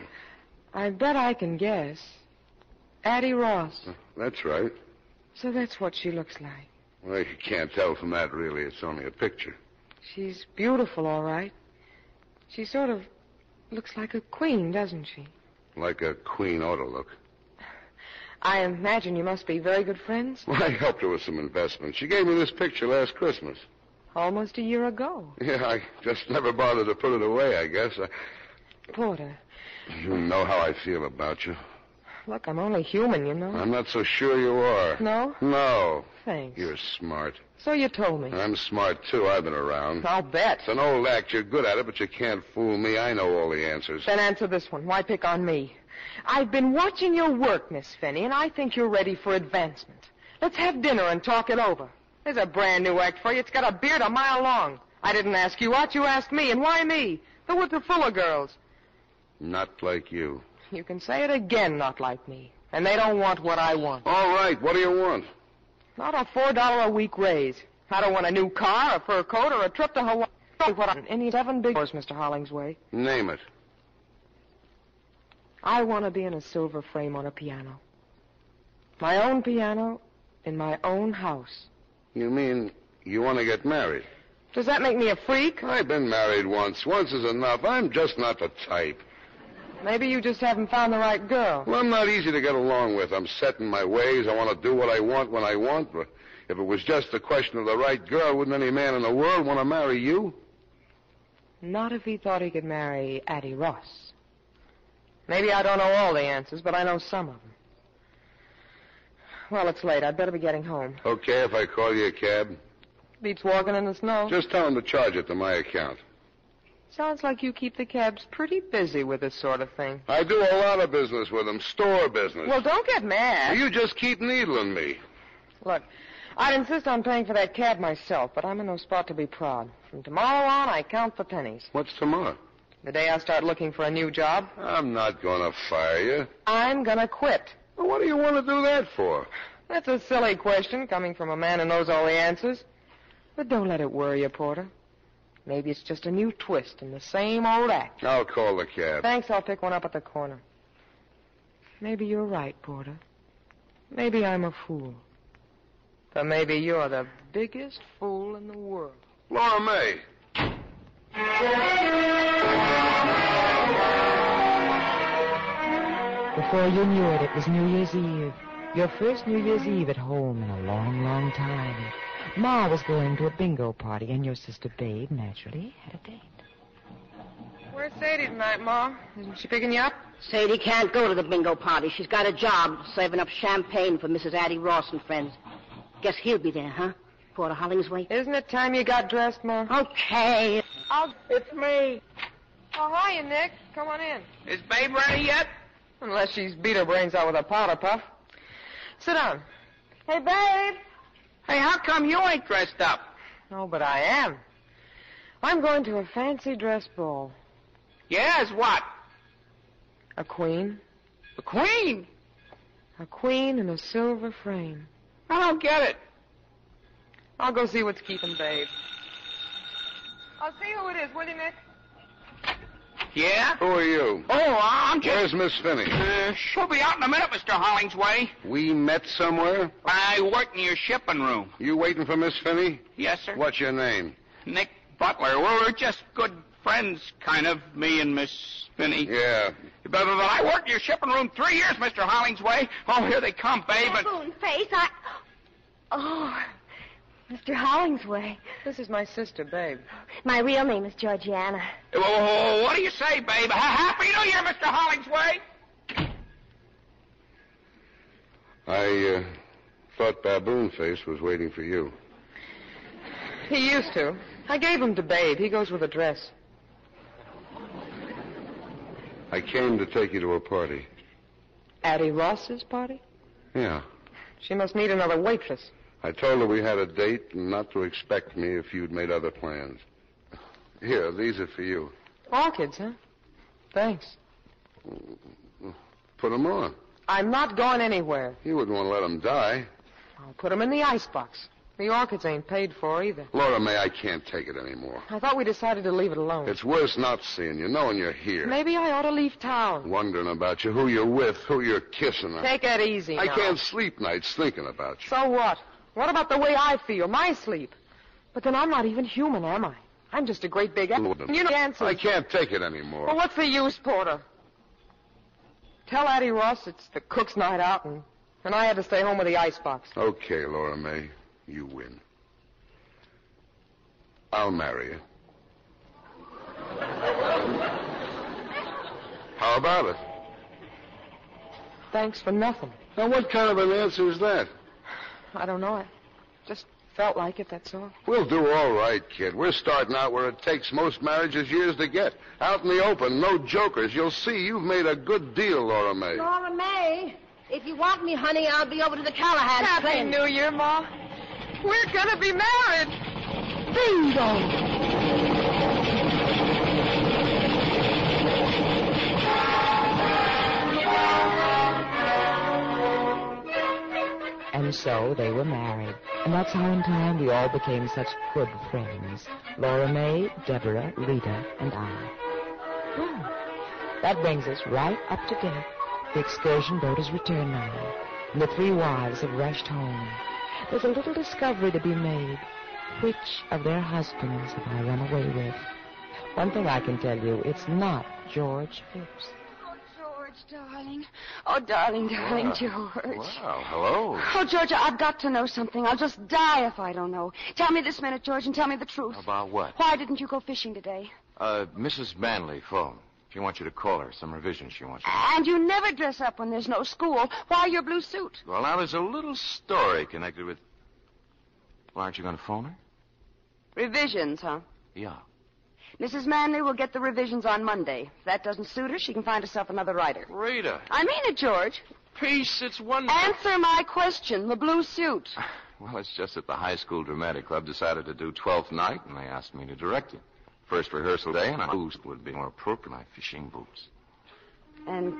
I bet I can guess. Addie Ross. That's right. So that's what she looks like. Well, you can't tell from that, really. It's only a picture. She's beautiful, all right. She sort of looks like a queen, doesn't she? Like a queen ought to look. I imagine you must be very good friends. Well, I helped her with some investment. She gave me this picture last Christmas. Almost a year ago. Yeah, I just never bothered to put it away, I guess. I, Porter, you know how I feel about you. look, I'm only human, you know. I'm not so sure you are. No? No. Thanks. You're smart. So you told me. I'm smart, too. I've been around. I'll bet. It's an old act. You're good at it, but you can't fool me. I know all the answers. Then answer this one. Why pick on me? I've been watching your work, Miss Finney, and I think you're ready for advancement. Let's have dinner and talk it over. There's a brand new act for you. It's got a beard a mile long. I didn't ask you out. You asked me. And why me? There were the Fuller girls. Not like you. You can say it again, not like me. And they don't want what I want. All right, what do you want? Not a four dollar a week raise. I don't want a new car, a fur coat, or a trip to Hawaii. What I- any seven big doors, Mr. Hollingsway. Name it. I want to be in a silver frame on a piano. My own piano in my own house. You mean you want to get married? Does that make me a freak? I've been married once. Once is enough. I'm just not the type. Maybe you just haven't found the right girl. Well, I'm not easy to get along with. I'm set in my ways. I want to do what I want when I want. But if it was just a question of the right girl, wouldn't any man in the world want to marry you? Not if he thought he could marry Addie Ross. Maybe I don't know all the answers, but I know some of them. Well, it's late. I'd better be getting home. Okay, if I call you a cab, Beats walking in the snow. just tell him to charge it to my account. Sounds like you keep the cabs pretty busy with this sort of thing. I do a lot of business with him, store business. Well, don't get mad. you just keep needling me. Look, I'd insist on paying for that cab myself, but I'm in no spot to be proud. From tomorrow on, I count the pennies. What's tomorrow? The day I start looking for a new job, I'm not going to fire you. I'm gonna quit. Well, What do you want to do that for? That's a silly question coming from a man who knows all the answers. But don't let it worry you, Porter. Maybe it's just a new twist in the same old act. I'll call the cab. Thanks, I'll pick one up at the corner. Maybe you're right, Porter. Maybe I'm a fool. But maybe you're the biggest fool in the world. Laura May. Before you knew it, it was New Year's Eve. Your first New Year's Eve at home in a long, long time. Ma was going to a bingo party, and your sister Babe, naturally, had a date. Where's Sadie tonight, Ma? Isn't she picking you up? Sadie can't go to the bingo party. She's got a job saving up champagne for Mrs. Addie Ross and friends. Guess he'll be there, huh? Porter Hollingsway. Isn't it time you got dressed, Ma? Okay. Oh, it's me. Oh, hiya, Nick. Come on in. Is Babe ready yet? Unless she's beat her brains out with a powder puff. Sit down. Hey, babe. Hey, how come you ain't dressed up? No, but I am. I'm going to a fancy dress ball. Yes, what? A queen. The Queen? A queen in a silver frame. I don't get it. I'll go see what's keeping Babe. I'll see who it is, will you, Nick? Yeah? Who are you? Oh, I'm just. Where's Miss Finney? Uh, she'll be out in a minute, Mr. Hollingsway. We met somewhere? I work in your shipping room. You waiting for Miss Finney? Yes, sir. What's your name? Nick Butler. Well, we're just good friends, kind of, me and Miss Finney. Yeah. But, but, but I worked in your shipping room three years, Mr. Hollingsway. Oh, here they come, babe. and- Baboon face, I. Oh, Mr. Hollingsway. This is my sister, babe. My real name is Georgiana. Oh, oh, oh, what do you say, babe? Ha- Happy New Year, Mr. Hollingsway. I uh, thought Baboon Face was waiting for you. He used to. I gave him to Babe. He goes with a dress. I came to take you to a party. Addie Ross's party? Yeah. She must need another waitress. I told her we had a date and not to expect me if you'd made other plans. Here, these are for you. Orchids, huh? Thanks. Put 'em on. I'm not going anywhere. You wouldn't want to let 'em die. I'll put 'em in the icebox. The orchids ain't paid for either. Laura May, I can't take it anymore. I thought we decided to leave it alone. It's worse not seeing you, knowing you're here. Maybe I ought to leave town. Wondering about you, who you're with, who you're kissing. Take it easy. I now. can't sleep nights thinking about you. So what? What about the way I feel, my sleep? But then I'm not even human, am I? I'm just a great big ass. You know the answer. I can't take it anymore. Well, what's the use, Porter? Tell Addie Ross it's the cook's night out, and, and I had to stay home with the icebox. Okay, Laura May, you win. I'll marry you. How about it? Thanks for nothing. Now, what kind of an answer is that? I don't know. I just felt like it, that's all. We'll do all right, kid. We're starting out where it takes most marriages years to get. Out in the open, no jokers. You'll see you've made a good deal, Laura May. Laura May, if you want me, honey, I'll be over to the Callahan's Happy place. New Year, Ma. We're gonna be married. Bingo! And so they were married. And that's how in time we all became such good friends. Laura May, Deborah, Rita, and I. Well, that brings us right up to date. The excursion boat has returned now. And the three wives have rushed home. There's a little discovery to be made. Which of their husbands have I run away with? One thing I can tell you, it's not George Phipps. George, darling. Oh, darling, darling, Wow. George. Wow, hello. Oh, Georgia, I've got to know something. I'll just die if I don't know. Tell me this minute, George, and tell me the truth. About what? Why didn't you go fishing today? Uh, Mrs. Manley phone. She wants you to call her. Some revision she wants you to And you never dress up when there's no school. Why your blue suit? Well, now there's a little story connected with. Well, aren't you going to phone her? Revisions, huh? Yeah. Mrs. Manley will get the revisions on Monday. If that doesn't suit her, she can find herself another writer. Rita. I mean it, George. Peace, it's wonderful. Answer my question, the blue suit. Well, it's just that the high school dramatic club decided to do Twelfth Night, and they asked me to direct it. First rehearsal day, and I boost would be more appropriate. My fishing boots. And.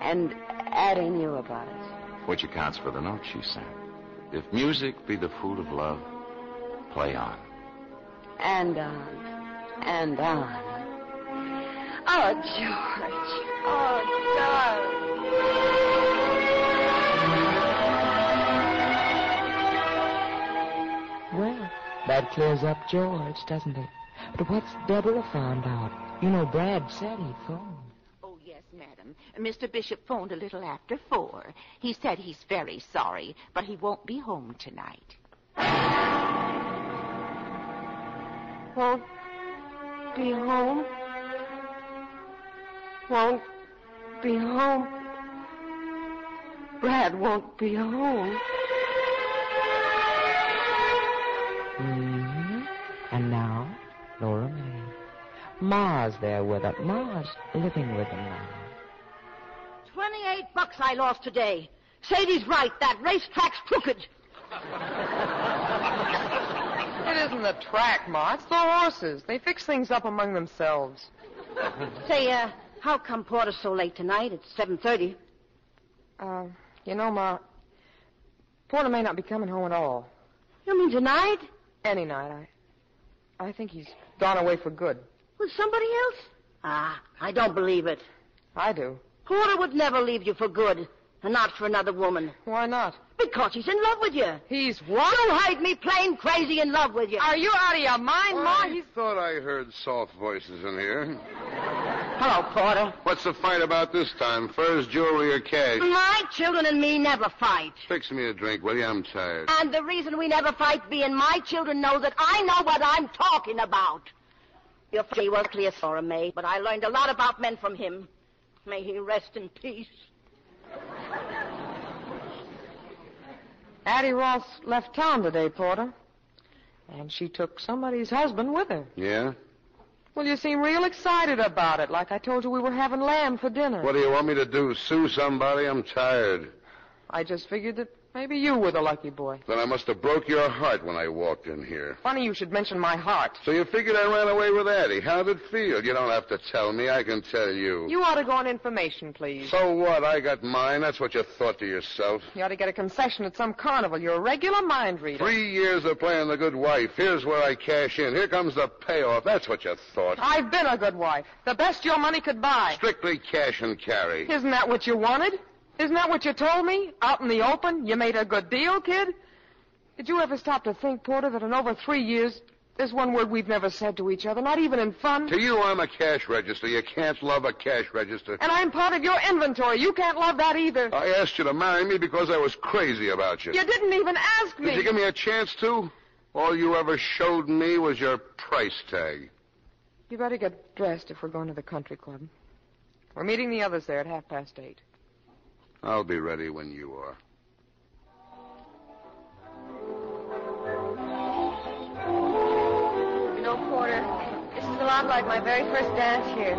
And Addie knew about it. Which accounts for the note she sent. If music be the food of love, play on. And on. And on. Oh, George. Oh, darling. Well, that clears up George, doesn't it? But what's Deborah found out? You know, Brad said he phoned. Oh, yes, madam. Mr. Bishop phoned a little after four. He said he's very sorry, but he won't be home tonight. Won't be home. Won't be home. Brad won't be home. hmm And now, Laura May. Ma's there with her. Ma's living with him now. Twenty-eight bucks I lost today. Sadie's right. That racetrack's crooked. It isn't the track, Ma. It's the horses. They fix things up among themselves. Say, uh, how come Porter's so late tonight? It's seven thirty. Uh, you know, Ma, Porter may not be coming home at all. You mean tonight? Any night. I, I think he's gone away for good. With somebody else? Ah, I don't believe it. I do. Porter would never leave you for good, and not for another woman. Why not? Because he's in love with you. He's what? You hate me plain crazy in love with you. Are you out of your mind, Ma? I He's... thought I heard soft voices in here. Hello, Porter. What's the fight about this time? Furs, jewelry, or cash? My children and me never fight. Fix me a drink, will you? I'm tired. And the reason we never fight being my children know that I know what I'm talking about. Your father was clear for me, but I learned a lot about men from him. May he rest in peace. Addie Ross left town today, Porter. And she took somebody's husband with her. Yeah? Well, you seem real excited about it, like I told you we were having lamb for dinner. What do you want me to do? Sue somebody? I'm tired. I just figured that maybe you were the lucky boy. Then I must have broke your heart when I walked in here. Funny you should mention my heart. So you figured I ran away with Addie. How'd it feel? You don't have to tell me. I can tell you. You ought to go on information, please. So what? I got mine. That's what you thought to yourself. You ought to get a concession at some carnival. You're a regular mind reader. Three years of playing the good wife. Here's where I cash in. Here comes the payoff. That's what you thought. I've been a good wife. The best your money could buy. Strictly cash and carry. Isn't that what you wanted? Isn't that what you told me? Out in the open, you made a good deal, kid. Did you ever stop to think, Porter, that in over three years, there's one word we've never said to each other, not even in fun? To you, I'm a cash register. You can't love a cash register. And I'm part of your inventory. You can't love that either. I asked you to marry me because I was crazy about you. You didn't even ask me. Did you give me a chance to? All you ever showed me was your price tag. You better get dressed if we're going to the country club. We're meeting the others there at half past eight. I'll be ready when you are. You know, Porter, this is a lot like my very first dance here.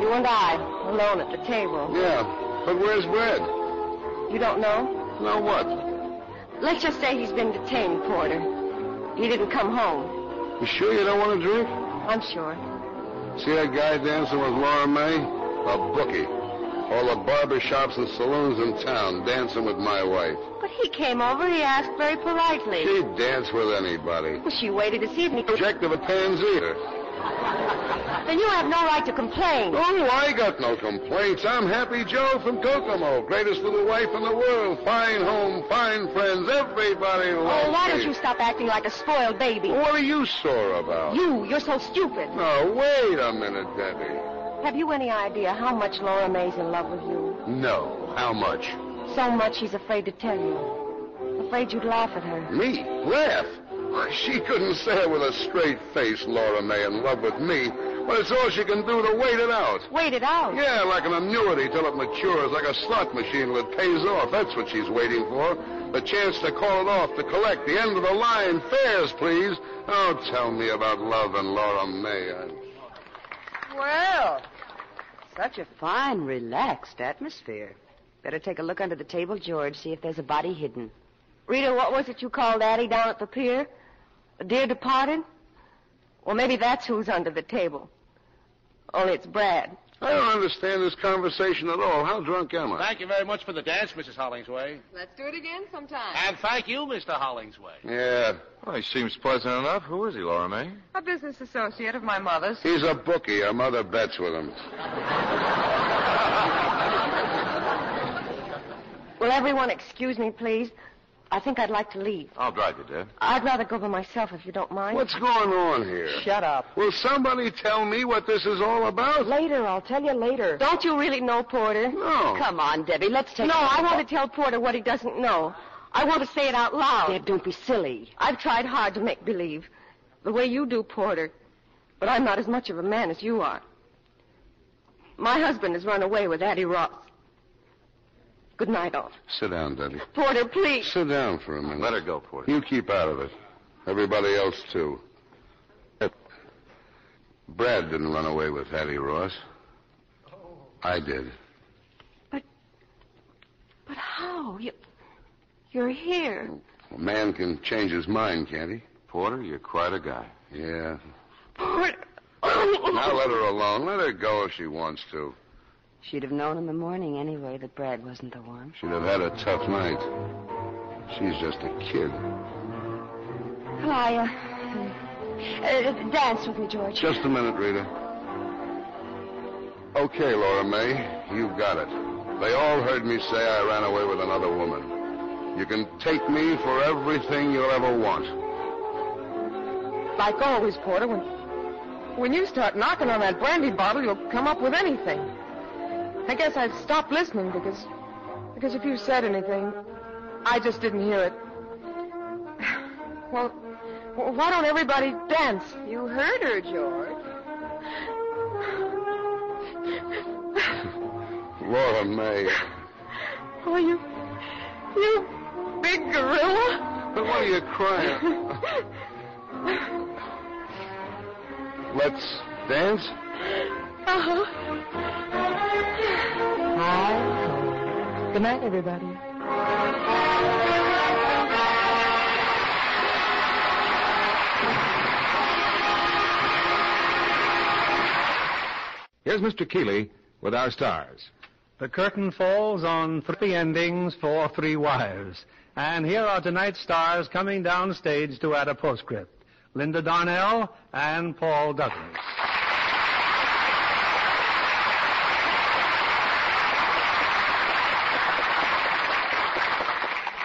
You and I, alone at the table. Yeah, but where's Brad? You don't know? Now what? Let's just say he's been detained, Porter. He didn't come home. You sure you don't want to drink? I'm sure. See that guy dancing with Laura May? A bookie. All the barber shops and saloons in town dancing with my wife. But he came over, he asked very politely. She'd dance with anybody. Well, she waited to see if he... Object of a pansy. Then you have no right to complain. Oh, I got no complaints. I'm Happy Joe from Kokomo, greatest little wife in the world. Fine home, fine friends, everybody loves Oh, why don't me. you stop acting like a spoiled baby? What are you sore about? You, you're so stupid. No, wait a minute, Debbie. Have you any idea how much Laura May's in love with you? No. How much? So much she's afraid to tell you. Afraid you'd laugh at her. Me? Laugh? Why, She couldn't say it with a straight face, Laura May, in love with me. But it's all she can do to wait it out. Wait it out. Yeah, like an annuity till it matures, like a slot machine till it pays off. That's what she's waiting for. The chance to call it off, to collect the end of the line. Fares, please. Oh, tell me about love and Laura May. I- Well, such a fine, relaxed atmosphere. Better take a look under the table, George, see if there's a body hidden. Rita, what was it you called Addie down at the pier? A dear departed? Well, maybe that's who's under the table. Only it's Brad. I don't understand this conversation at all. How drunk am I? Thank you very much for the dance, Mrs. Hollingsway. Let's do it again sometime. And thank you, Mr. Hollingsway. Yeah. Well, he seems pleasant enough. Who is he, Laura May? A business associate of my mother's. He's a bookie. Her mother bets with him. Will everyone excuse me, please? I think I'd like to leave. I'll drive you, Deb. I'd rather go by myself if you don't mind. What's going on here? Shut up. Will somebody tell me what this is all about? Later, I'll tell you later. Don't you really know Porter? No. Come on, Debbie, let's take No, I want to tell Porter what he doesn't know. I want to say it out loud. Deb, don't be silly. I've tried hard to make believe, the way you do, Porter. But I'm not as much of a man as you are. My husband has run away with Addie Ross. Good night, all. Sit down, Debbie. Porter, please. Sit down for a minute. Let her go, Porter. You keep out of it. Everybody else, too. Uh, Brad didn't run away with Hattie Ross. I did. But how? You, you're here. A man can change his mind, can't he? Porter, you're quite a guy. Yeah. Porter. now let her alone. Let her go if she wants to. She'd have known in the morning anyway that Brad wasn't the one. She'd have had a tough night. She's just a kid. Well, I, uh, uh, dance with me, George. Just a minute, Rita. Okay, Laura May, you've got it. They all heard me say I ran away with another woman. You can take me for everything you'll ever want. Like always, Porter, when, when you start knocking on that brandy bottle, you'll come up with anything. I guess I've stopped listening because, because if you said anything, I just didn't hear it. Well, w- why don't everybody dance? You heard her, George. Laura May. Oh, you, you big gorilla. But why are you crying? Let's dance? Uh-huh. Good night, everybody. Here's Mr. Keeley with our stars. The curtain falls on three endings for three wives. And here are tonight's stars coming downstage to add a postscript. Linda Darnell and Paul Douglas.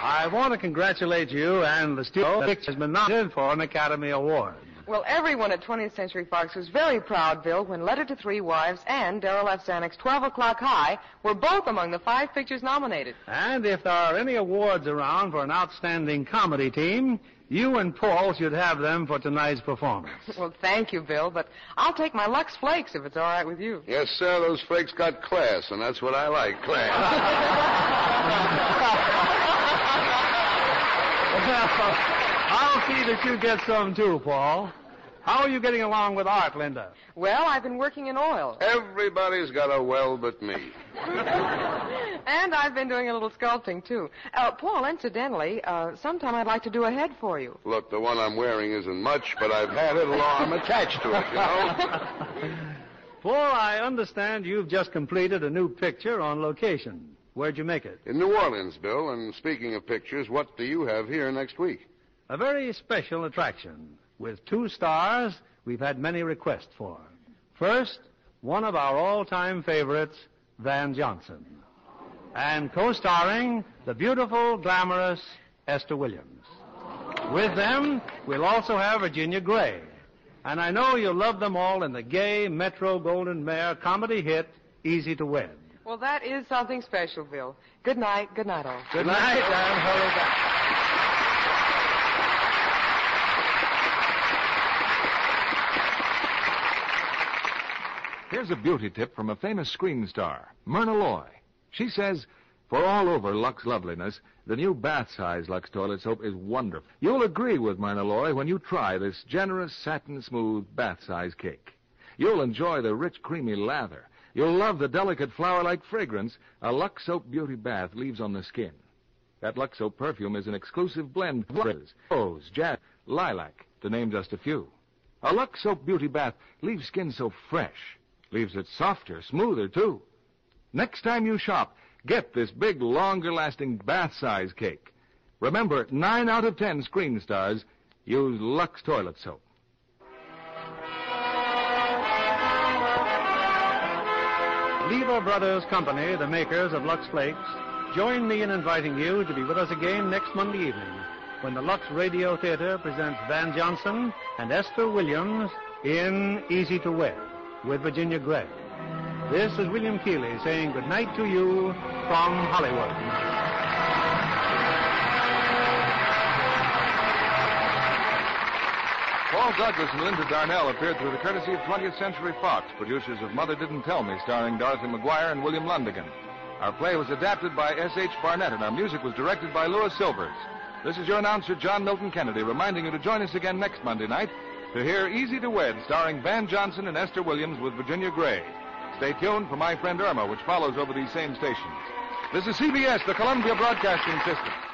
I want to congratulate you and the studio that has been nominated for an Academy Award. Well, everyone at 20th Century Fox was very proud, Bill, when Letter to Three Wives and Daryl F. Zanuck's 12 O'Clock High were both among the five pictures nominated. And if there are any awards around for an outstanding comedy team, you and Paul should have them for tonight's performance. Well, thank you, Bill, but I'll take my Lux Flakes if it's all right with you. Yes, sir, those flakes got class, and that's what I like, class. I'll see that you get some too, Paul. How are you getting along with art, Linda? Well, I've been working in oil, Everybody's got a well but me. and I've been doing a little sculpting, too. Uh, Paul, incidentally, uh, sometime I'd like to do a head for you. Look, the one I'm wearing isn't much, but I've had it long. I'm attached to it, you know? Paul, I understand you've just completed a new picture on location. Where'd you make it? In New Orleans, Bill, and speaking of pictures, what do you have here next week? A very special attraction with two stars we've had many requests for. First, one of our all-time favorites, Van Johnson. And co-starring the beautiful, glamorous Esther Williams. With them, we'll also have Virginia Gray. And I know you'll love them all in the gay Metro Golden Mare comedy hit, Easy to Wed. Well, that is something special, Bill. Good night. Good night, all. Good night, and hurry back. Here's a beauty tip from a famous screen star, Myrna Loy. She says, for all over Lux loveliness, the new bath size Lux toilet soap is wonderful. You'll agree with Myrna Loy when you try this generous satin smooth bath size cake. You'll enjoy the rich creamy lather. You'll love the delicate flower like fragrance a Lux soap beauty bath leaves on the skin. That Lux soap perfume is an exclusive blend of roses, rose, jet, lilac, to name just a few. A Lux soap beauty bath leaves skin so fresh, leaves it softer, smoother too. Next time you shop, get this big, longer lasting bath size cake. Remember, nine out of ten screen stars use Lux toilet soap. Lever Brothers Company, the makers of Lux Flakes, join me in inviting you to be with us again next Monday evening when the Lux Radio Theater presents Van Johnson and Esther Williams in Easy to Wear with Virginia Gregg. This is William Keeley saying good night to you from Hollywood. Paul Douglas and Linda Darnell appeared through the courtesy of 20th Century Fox, producers of Mother Didn't Tell Me, starring Dorothy McGuire and William Lundigan. Our play was adapted by S.H. Barnett, and our music was directed by Louis Silvers. This is your announcer, John Milton Kennedy, reminding you to join us again next Monday night to hear Easy to Wed, starring Van Johnson and Esther Williams with Virginia Gray. Stay tuned for My Friend Irma, which follows over these same stations. This is CBS, the Columbia Broadcasting System.